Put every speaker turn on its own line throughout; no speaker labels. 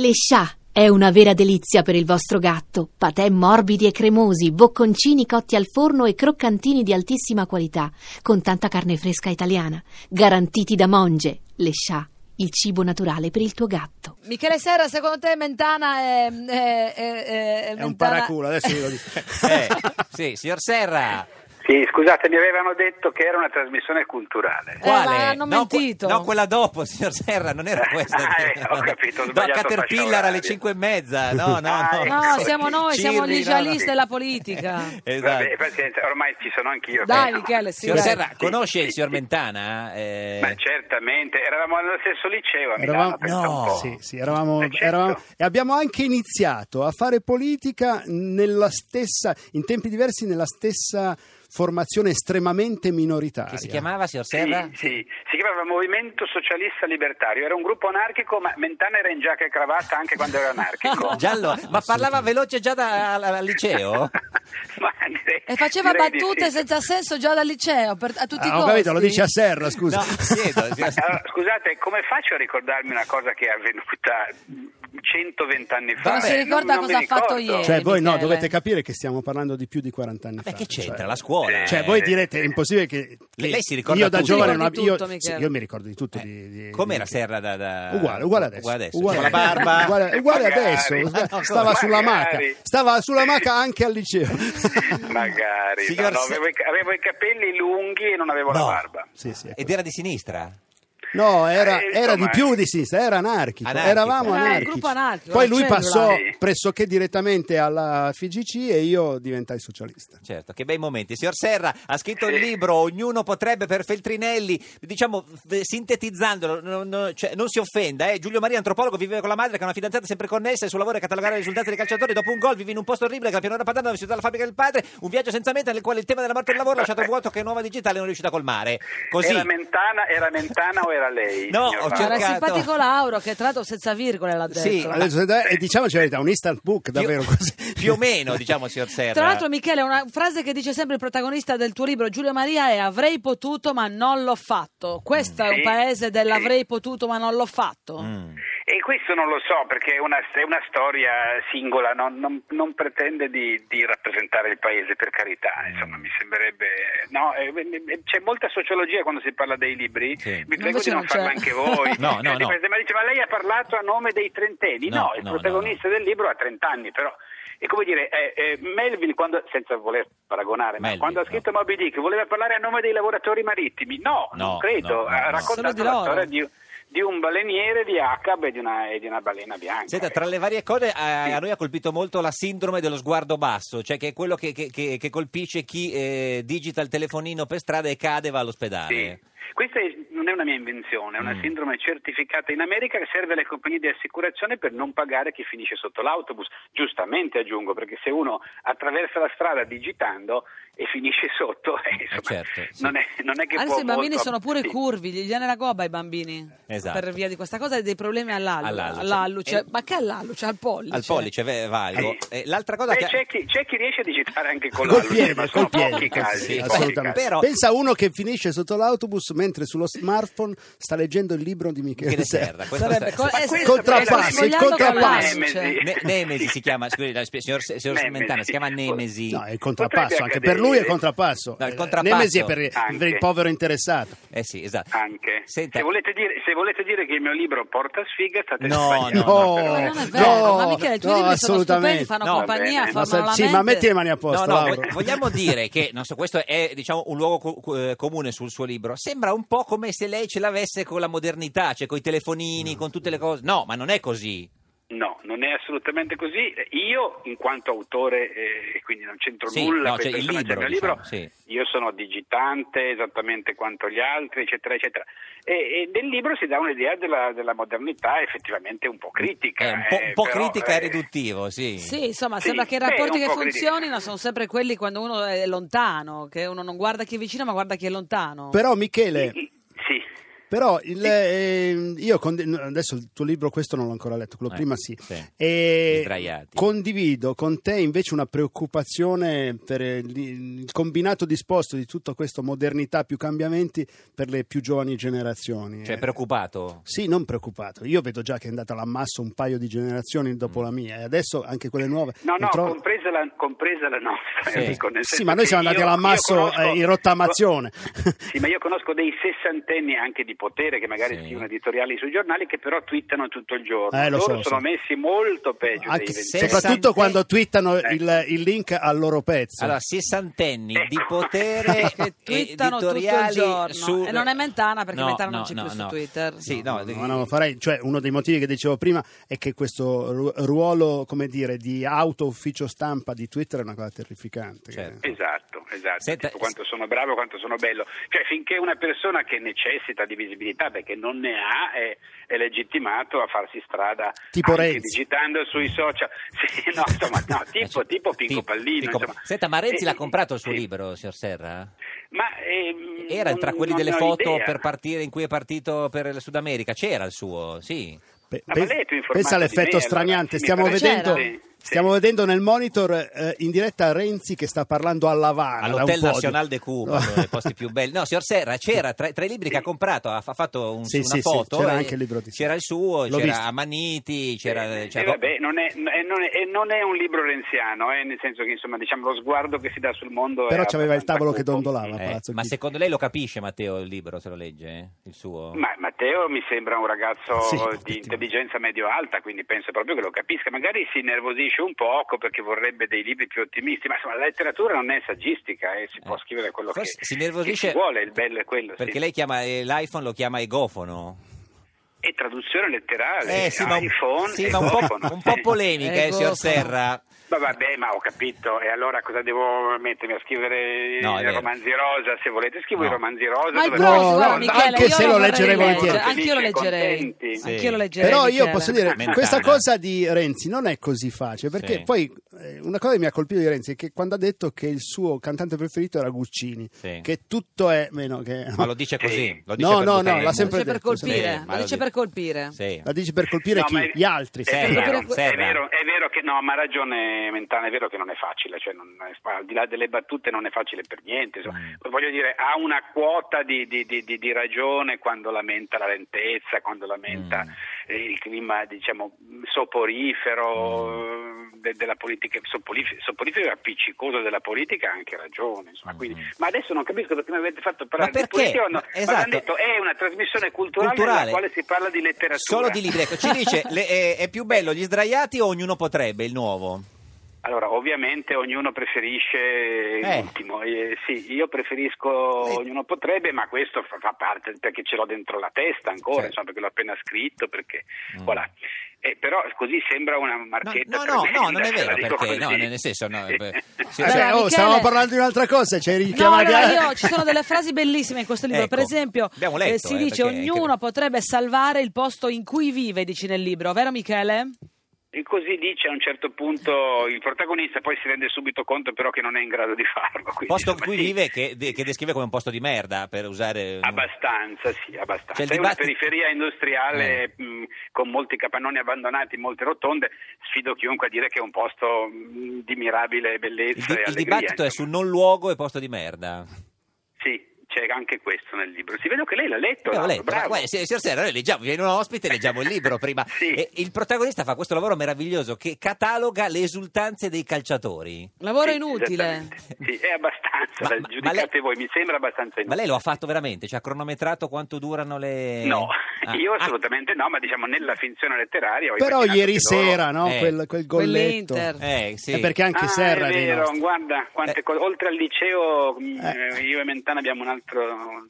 Le scià è una vera delizia per il vostro gatto. Patè morbidi e cremosi, bocconcini cotti al forno e croccantini di altissima qualità, con tanta carne fresca italiana, garantiti da Monge. Le scià, il cibo naturale per il tuo gatto.
Michele Serra, secondo te Mentana è, è- è- è-
È un
Mentana-
paraculo, adesso glielo dico.
Eh, sì, signor Serra.
Eh,
Sì, scusate, mi avevano detto che era una trasmissione culturale.
Quale?
ma hanno
no, que-
mentito.
no, quella dopo, signor Serra, non era questa.
Ah, eh, ho capito, ho
no,
sbagliato fascia
Caterpillar
oraria.
alle 5 e mezza. No, no, no.
Ah, ecco.
No, siamo noi, siamo
Cirri,
gli
no, no.
idealisti della politica.
Esatto.
Vabbè, pazienza, ormai ci sono anch'io.
Dai,
ecco.
Michele, sì,
Signor
dai.
Serra, conosce
sì,
il signor
sì.
Mentana? Eh,
Ma certamente, eravamo allo stesso liceo a Milano,
Eravamo-
pensa un
no,
po'.
Sì, sì, eravamo,
Eh, certo.
eravamo- e abbiamo anche iniziato a fare politica nella stessa, in tempi diversi, nella stessa formazione estremamente minoritaria.
Che si chiamava, signor
Sì,
Serra?
sì. si chiamava Movimento Socialista Libertario, era un gruppo anarchico, ma Mentana era in giacca e cravatta anche quando era anarchico.
Giallo, ma parlava veloce già da- al, al liceo?
Ma direi-
E faceva
direi di
battute
sì.
senza senso già dal liceo, per- a tutti i
Ah, ho
costi.
capito, lo dice a Serra, scusa.
No, chiedo, signor
Ma, allora,
Serra.
scusate, come faccio a ricordarmi una cosa che è avvenuta 120 anni fa?
Ma non si
Eh,
ricorda
mi
cosa ha fatto
ricordo.
ieri.
Cioè, voi no,
Michele.
dovete capire che stiamo parlando di più di 40 anni fa.
Beh, Eh, che c'entra?
cioè.
La scuola.
Cioè,
Eh,
voi direte, è
eh.
impossibile che, che
Lei si ricorda
io da
tutto. Eh.
giovane non
Ricordi
abbia...
tutto,
io, sì,
Michele.
io mi ricordo di tutto. di- di-
Com'era
di-
Serra da, da-
Eh, Uguale, uguale adesso.
Uguale adesso.
uguale
Con la barba.
Uguale, uguale
Magari.
adesso.
Ah,
no,
Stava sulla maca.
magari.
Stava sulla maca anche al liceo.
Cioè, Magari, no,
Signor
no,
Se-
avevo, i, avevo i capelli lunghi e non avevo la
No.
barba.
Sì, sì, ecco.
Ed era di sinistra?
No, era,
Eh,
era di
insomma,
più di sinistra, era anarchico.
Anarchico.
Eravamo
Era
un
anarchici.
Eh, gruppo anarchico,
Poi
era
lui
cellulare.
passò
Sì.
pressoché direttamente alla FGC e io diventai socialista.
Certo, che bei momenti. Signor Serra ha scritto un libro, ognuno potrebbe per Feltrinelli, diciamo f- sintetizzandolo, non, non- cioè, non si offenda. Eh. Giulio Maria, antropologo, vive con la madre che ha una fidanzata sempre connessa, il suo lavoro è catalogare le risultanze dei calciatori, dopo un gol vive in un posto orribile che è la pianura padana dove si dà la fabbrica del padre, un viaggio senza meta nel quale il tema della morte e del lavoro ha lasciato un vuoto che nuova digitale non è riuscita a colmare. Così.
Era Mentana, era Mentana o era lei?
No,
signor
ho
Paolo?
Era il
cercato-
simpatico Lauro, che tra l'altro senza virgole l'ha detto.
Sì,
Adesso, dai, e diciamoci la verità, un instant book davvero
più,
così.
più o meno, diciamo, signor Serra.
Tra l'altro, Michele, una frase che dice sempre il protagonista del tuo libro, Giulio Maria, è avrei potuto ma non l'ho fatto. Questo è un
Sì,
paese
sì.
dell'avrei potuto ma non l'ho fatto.
Mm.
E questo non lo so perché è una, è una storia singola, non, non- non pretende di, di rappresentare il paese per carità,
Mm.
insomma mi sembrerebbe... No, eh, eh, c'è molta sociologia quando si parla dei libri,
Sì.
vi
No,
prego
invece
di non
non
farla
c'è.
anche voi.
No, no,
Eh,
no.
Ma dice, ma lei ha parlato a nome dei trentenni?
No,
No, il
no,
protagonista del libro ha 30 anni però... È come dire, eh, eh, Melville, quando, senza voler paragonare, ma
Melville,
quando ha
no.
scritto Moby Dick, voleva parlare a nome dei lavoratori marittimi? No,
No,
non credo,
no, no,
ha
no.
Solo di
raccontato la
loro.
storia di, di un baleniere di Acab e di una, e di una balena bianca.
Senta, tra le varie cose eh, a noi ha colpito molto la sindrome dello sguardo basso, cioè che è quello che, che- che- che colpisce chi eh, digita il telefonino per strada e cade e va all'ospedale.
Sì. Questa è- non è una mia invenzione, è una
Mm.
sindrome certificata in America che serve alle compagnie di assicurazione per non pagare chi finisce sotto l'autobus. Giustamente aggiungo, perché se uno attraversa la strada digitando e finisce sotto, eh, insomma,
certo, sì.
non, è, non è che può
Adesso i bambini
molto-
sono pure
sì.
curvi, gli viene la gobba ai bambini
Esatto.
per via di questa cosa e dei problemi all'alluce.
All'alluce.
all'alluce.
Eh,
Ma che all'alluce? Al pollice.
Al pollice ve- valgo.
Sì.
Eh, l'altra cosa
Beh,
che...
c'è, chi, c'è chi riesce a digitare anche con
Col
l'alluce, ma
piede,
sono
col piede.
pochi casi.
Sì,
pochi
assolutamente.
casi. Però-
Pensa a uno che finisce sotto l'autobus mentre sullo smartphone sta leggendo il libro di Michele,
Michele Serra.
Serra.
Questo
Sarebbe
sta-
co-
sta-
eh,
questo
contrappassi,
sarebbe-
il contrappasso.
Nemesi.
Nemesi.
Ne- Nemesi si chiama, scusi, la- signor, signor
Nemesi.
Mentana, si chiama Nemesi.
No, è il contrappasso,
Potrebbe
anche
accadere.
per lui è il contrappasso.
No, il
Eh,
contrappasso.
Nemesi è per,
Anche.
per il povero interessato.
Eh sì, esatto.
Anche.
Senta,
Se, volete dire, se volete dire che il mio libro porta sfiga, state
No,
sbagliando.
no,
però,
Ma
eh.
non è vero,
No,
ma Michele, i tuoi
no,
libri sono stupendi,
assolutamente.
fanno
No,
compagnia,
bene.
Ma
formano
se-
la
sì,
mente.
ma metti le mani a
No,
posto,
no,
Lauro.
vog- vogliamo dire che non so, questo è diciamo, un luogo co- co- eh, comune sul suo libro. Sembra un po' come se lei ce l'avesse con la modernità, cioè con i telefonini,
Mm.
con tutte le cose. No, ma non è così.
No, non è assolutamente così. Io, in quanto autore, eh, e quindi non c'entro
Sì,
nulla
no,
con i
cioè, il
personaggi
libro,
del mio libro,
diciamo,
io sono digitante esattamente quanto gli altri, eccetera, eccetera. E, e nel libro si dà un'idea della, della modernità effettivamente un po' critica.
È un po', un
eh,
po'
però,
critica
eh,
e riduttivo, sì.
Sì, insomma,
Sì,
sembra che i
beh,
rapporti
un
che
po' critica.
funzionino sono sempre quelli quando uno è lontano, che uno non guarda chi è vicino ma guarda chi è lontano.
Però Michele,
i- i- Sì.
Però il, ehm, io cond- adesso il tuo libro, questo non l'ho ancora letto, quello
Eh,
prima sì.
sì.
E
Sdraiati.
condivido con te invece una preoccupazione per il, il combinato disposto di tutta questa modernità più cambiamenti per le più giovani generazioni.
Cioè,
Eh,
preoccupato?
Sì, non preoccupato. Io vedo già che è andata l'ammasso un paio di generazioni dopo la mia e adesso anche quelle nuove.
No,
mi
no,
trovo-
compresa, la, compresa la nostra.
Sì.
Enrico, nel
Sì,
senso
ma noi
che
siamo andati
io-
all'ammasso
io conosco-
eh, in rottamazione.
Sì, ma io conosco dei sessantenni anche di potere che magari
Sì.
scrivono editoriali sui giornali che però twittano tutto il giorno.
Eh, lo so,
Loro
lo so.
sono messi molto peggio
Anche-
dei ventenni.
sessanta-
soprattutto quando twittano
Ecco.
il, il link al loro pezzo.
Allora, sessantenni
Ecco.
di potere
Che twittano tutto il
editoriali
giorno.
su-
E non è Mentana, perché
No,
Mentana non
no,
c'è
no,
più su
no.
Twitter.
Sì,
No,
no, eh,
no,
di-
ma non lo farei. Cioè, uno dei motivi che dicevo prima è che questo ru- ruolo, come dire, di auto ufficio stampa di Twitter è una cosa terrificante.
Certo.
Esatto, esatto.
Senta-
Tipo quanto sono bravo, quanto sono bello. Cioè, finché una persona che necessita di visibilità perché non ne ha, è, è legittimato a farsi strada
Tipo
anche
Renzi.
digitando sui social. Sì, no, insomma, no, tipo, tipo Pinco
Tipo-
Pallino.
cioè, Pinco-
insomma.
Senta, ma Renzi
Eh,
l'ha comprato il suo
sì.
libro, signor Serra?
Ma, ehm,
Era
non-
tra quelli
non
delle
ne ho
foto
idea.
per partire, in cui è partito per il Sud America? C'era il suo, sì.
Pe-
Ah, ma lei è più informato
pensa
di me,
all'effetto
allora.
straniante.
Sì,
stiamo,
mi pare-
vedendo,
C'era.
Sì, sì.
stiamo vedendo nel monitor eh, in diretta Renzi che sta parlando alla Havana. da Ah, un
All'Hotel
podio.
Nacional de Cuba, uno dei posti più belli. No, signor Serra, c'era tra, tra i libri che ha comprato, ha, fa- fatto un-
Sì,
una
sì, sì,
foto.
c'era
e-
anche il libro di-
C'era il suo,
L'ho
c'era
visto.
Amaniti, c'era...
Eh,
c'era-
eh, vabbè, non è, n- eh, non è- eh, non è un libro renziano, eh, nel senso che insomma, diciamo, lo sguardo che si dà sul mondo.
Però
è
c'aveva il
abbastanza
tavolo che
cupo.
dondolava.
Eh,
Palazzo
ma
Chigi.
secondo lei lo capisce Matteo il libro, se lo legge? eh, Il suo?
Ma Matteo mi sembra un ragazzo
Sì,
di
ottimo.
intelligenza medio-alta, quindi penso proprio che lo capisca. Magari si nervosisce un poco perché vorrebbe dei libri più ottimisti, ma insomma la letteratura non è saggistica e si può
Eh.
scrivere quello che,
Forse si nervosisce
che si vuole, il bello è quello.
Perché
sì.
lei chiama eh, l'iPhone lo chiama egofono.
E traduzione letterale,
Eh, sì, ma,
Ah, iPhone
sì,
e
ma un,
iPhone.
po', un po' polemica, eh,
Egofono.
signor Serra.
Ma vabbè, ma ho capito, e allora cosa devo mettermi a scrivere
No, è
i
vero.
romanzi rosa? Se volete scrivo
No.
i romanzi rosa.
Ma il
dove-
No,
Gross, guarda,
no,
Michele,
anche
io
se
lo
lo
vorrei
leggerei
leggere,
volentieri.
Anch'io lo leggerei.
Contenti. Sì.
Anch'io lo leggerei.
Però io
Michele.
posso dire,
Mentana.
questa cosa di Renzi non è così facile, perché
Sì.
poi eh, una cosa che mi ha colpito di Renzi è che quando ha detto che il suo cantante preferito era Guccini,
Sì.
che tutto è meno che...
Ma lo dice così. Lo dice
No,
per
no, no,
buttare il
l'ha
mu-
Lo
sempre
dice per
detto, sempre
colpire,
detto.
lo dice per colpire.
Sì. Eh,
La dici per colpire
No,
chi?
ma è-
Gli altri.
È
Serra,
vero,
Serra.
è vero, è vero che no, ma ha ragione Mentana, è vero che non è facile, cioè non- al di là delle battute non è facile per niente, insomma.
Mm.
Poi voglio dire ha una quota di, di- di- di- di ragione quando lamenta la lentezza, quando lamenta
Mm.
eh, il clima diciamo soporifero
Mm.
eh, de- della politica, soporif- soporifero e appiccicoso della politica ha anche ragione, insomma.
Mm.
Quindi, ma adesso non capisco perché mi avete fatto parlare
Ma
di
perché?
politica, no,
Ma-
ma
esatto.
hanno detto è una trasmissione culturale, nella quale si parla di letteratura.
Solo di libri. Ecco, ci dice, le- è, è più bello gli sdraiati o ognuno potrebbe, il nuovo?
Allora, ovviamente ognuno preferisce
Eh.
l'ultimo, eh, sì, io preferisco
Eh.
ognuno potrebbe, ma questo fa, fa parte perché ce l'ho dentro la testa
Certo.
ancora, insomma, perché l'ho appena scritto, perché
Mm.
voilà. Eh, però così sembra una
No,
marchetta.
no, no,
tremenda,
no, non è
se
vero,
la dico
perché no,
così.
nel senso, no,
Sì.
beh, sì,
Cioè,
Allora,
oh,
Michele-
stavamo parlando di un'altra cosa, cioè
No,
richiamati
allora
a-
io ci sono delle frasi bellissime in questo libro.
Ecco,
per esempio,
abbiamo letto,
si
eh,
dice:
perché-
Ognuno potrebbe salvare il posto in cui vive, dici nel libro, vero Michele?
E così dice a un certo punto
Eh.
il protagonista, poi si rende subito conto però che non è in grado di farlo. quindi,
posto in
insomma,
cui
sì.
vive che, de- che descrive come un posto di merda, per usare...
Abbastanza, sì, abbastanza.
Cioè, il Eh.
è una
dibattito-
periferia industriale mh, con molti capannoni abbandonati, molte rotonde. Sfido chiunque a dire che è un posto mh, di mirabile
Il,
bellezza
di-
e
il
allegria.
dibattito è su
insomma.
non luogo e posto di merda.
Sì, c'è anche questo nel libro. Si vede che lei l'ha letto.
Abbiamo
Lauro,
letto,
Certo, bravo.
ma guarda, signor Serra, noi leggiamo, viene un ospite e leggiamo il libro prima.
Sì.
E il protagonista fa questo lavoro meraviglioso che cataloga le esultanze dei calciatori.
Lavoro
Sì,
inutile.
esattamente. Sì, è abbastanza.
Ma- ma- ma
giudicate
lei-
voi, mi sembra abbastanza
Ma
inutile.
lei lo ha fatto veramente? Cioè ha cronometrato quanto durano le...
No,
Ah,
io
ah,
assolutamente no, ma diciamo nella finzione letteraria. ho
Però
immaginato
ieri
che loro-
sera, no?
Eh.
Quel, quel golletto.
Quell'Inter.
eh, sì.
Eh, perché anche
Ah,
Serra
è
dei
vero,
nostri.
guarda, quante
Eh.
cose. oltre al liceo mh,
Eh.
io e Mentana abbiamo un altro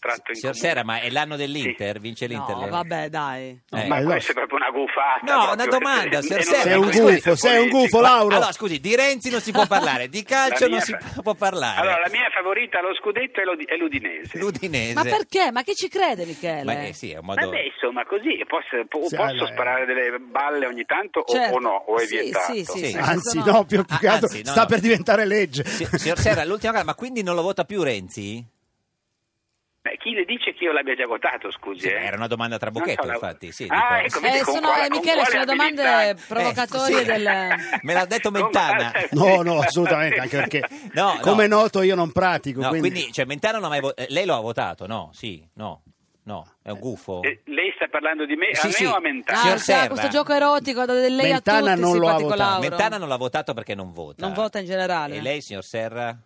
tratto in
Signor
comune.
Serra, ma è l'anno dell'Inter? Vince l'Inter?
No, vabbè, dai.
No,
Eh.
Ma
Ma allora-
questa è proprio una gufata.
No,
proprio.
una domanda,
E
signor
non
Serra.
è
Sei un
una
gufo,
questione
sei un
politica.
gufo, Lauro.
Allora, scusi, di Renzi non si può parlare, di calcio non
La mia-
si può parlare.
Allora, la mia favorita allo scudetto è, l'Udi- è l'Udinese.
L'Udinese.
Ma perché? Ma che ci crede Michele?
Ma, eh, sì, è un modo...
Vabbè, insomma, così posso, po-
Sì,
posso
allora. eh.
sparare delle balle ogni tanto o-
Certo.
o no? O è
Sì,
vietato?
sì, sì,
Sì.
sì,
Anzi,
sono-
no, più, più
Ah,
che altro
anzi, no,
sta
no.
per diventare legge.
Si- Signor Serra, l'ultima cosa, ma quindi non lo vota più Renzi?
Beh, chi le dice che io l'abbia già votato, scusi?
Sì,
eh?
era una domanda tra
Non
bocchetto,
so la-
infatti, sì,
ah,
dico-
ecco, vedi,
Eh,
con
sono,
quale-
eh,
con
Michele,
quale
sono domande
abilità? Eh,
provocatorie
sì.
del...
Cioè, Me l'ha detto
Con
Mentana.
quale-
No, no, assolutamente, anche perché
No, no.
come è noto io non pratico,
No,
quindi...
quindi, cioè, Mentana non ha mai vo- eh, lei lo ha votato, no? Sì, no, no, è un gufo.
Eh, lei sta parlando di me,
Sì,
a me
sì.
o a Mentana?
Signor
Ah, cioè,
Serra.
questo gioco erotico da del lei
Mentana
a tutti,
non lo ha
simpatico
votato.
Lauro.
Mentana non l'ha votato perché non vota.
Non vota in generale.
E lei, signor Serra?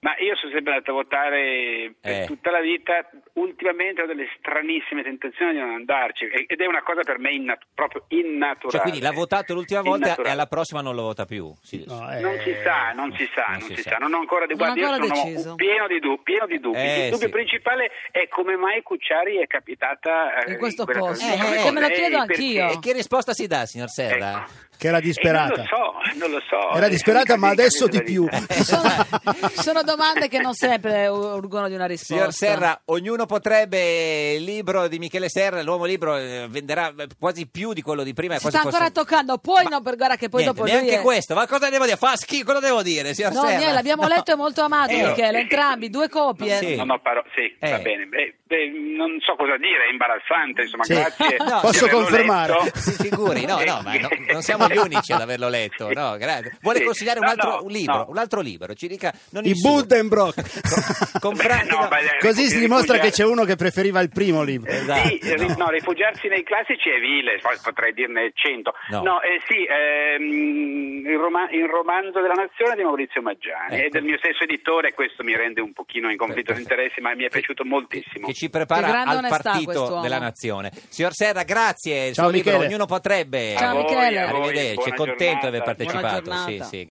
Ma io sono sempre andato a votare per
Eh.
tutta la vita, ultimamente ho delle stranissime tentazioni di non andarci e- ed è una cosa per me innat- proprio innaturale.
Cioè, quindi l'ha votato l'ultima volta e
Innaturale.
alla prossima non lo vota più. Sì.
No, eh,
Non si sa, non si sa, non, si, sa. non ho ancora,
Non
guarda,
ancora
io sono
deciso.
pieno di dubbi, pieno di dubbi.
Eh,
Il dubbio
sì.
principale è come mai Cucciari è capitata eh,
In questo
quella
posto.
trasmissione
Eh,
con
me
lo
lei,
chiedo
perché-
anch'io.
E che risposta si dà, signor Serra?
Ecco.
Che era
Eh,
disperata.
non lo so, non lo so.
Era disperata, ma
Mica-
adesso
mica
di più.
verità.
Eh,
sono, sono domande che non sempre urgono di una risposta.
Signor Serra, eh, ognuno potrebbe il libro di Michele Serra, l'uomo libro eh, venderà eh, quasi più di quello di prima. è
si
quasi
sta ancora
forse-
toccando, poi
Ma-
no, per guarda che poi
Niente,
dopo lui
neanche
è-
questo, ma cosa devo dire? Fa schifo, cosa devo dire, signor
No,
Serra?
niente, l'abbiamo
No.
letto, è molto amato
Eh,
Michele, entrambi, due copie.
Sì.
Non ho parole, sì,
Eh.
va bene. Beh, beh, non so cosa dire, è imbarazzante, insomma,
Sì.
grazie.
No,
di
posso
averlo
confermare.
letto.
Si figuri, no, no, ma no- non siamo gli unici ad averlo letto, no, grazie. Vuole
Sì.
consigliare un
No,
altro
no,
un libro,
no.
un altro libro, ci dica... non
I
il suo.
Buddenbrock.
Con-
Beh,
comprate-
no,
no.
ma le-
Così si
rifugiati-
dimostra che c'è uno che preferiva il primo libro.
Eh,
Sì,
Esatto,
ri-
no.
no. rifugiarsi nei classici è vile, poi potrei dirne 100.
No.
eh, sì, ehm, il, roma- il romanzo della nazione di Maurizio Maggiani
Ecco.
è del mio stesso editore, questo mi rende un pochino in conflitto di interessi, ma mi è piaciuto moltissimo.
Che ci
Che
prepara
grande
al
onestà
partito
quest'uomo.
della nazione. Signor Serra, grazie. Il
Ciao,
suo libro
Michele.
ognuno potrebbe.
Ciao,
A voi,
Michele.
a voi,
Arrivederci,
buona
contento di aver
giornata.
Buona
partecipato. Sì,
giornata.
sì,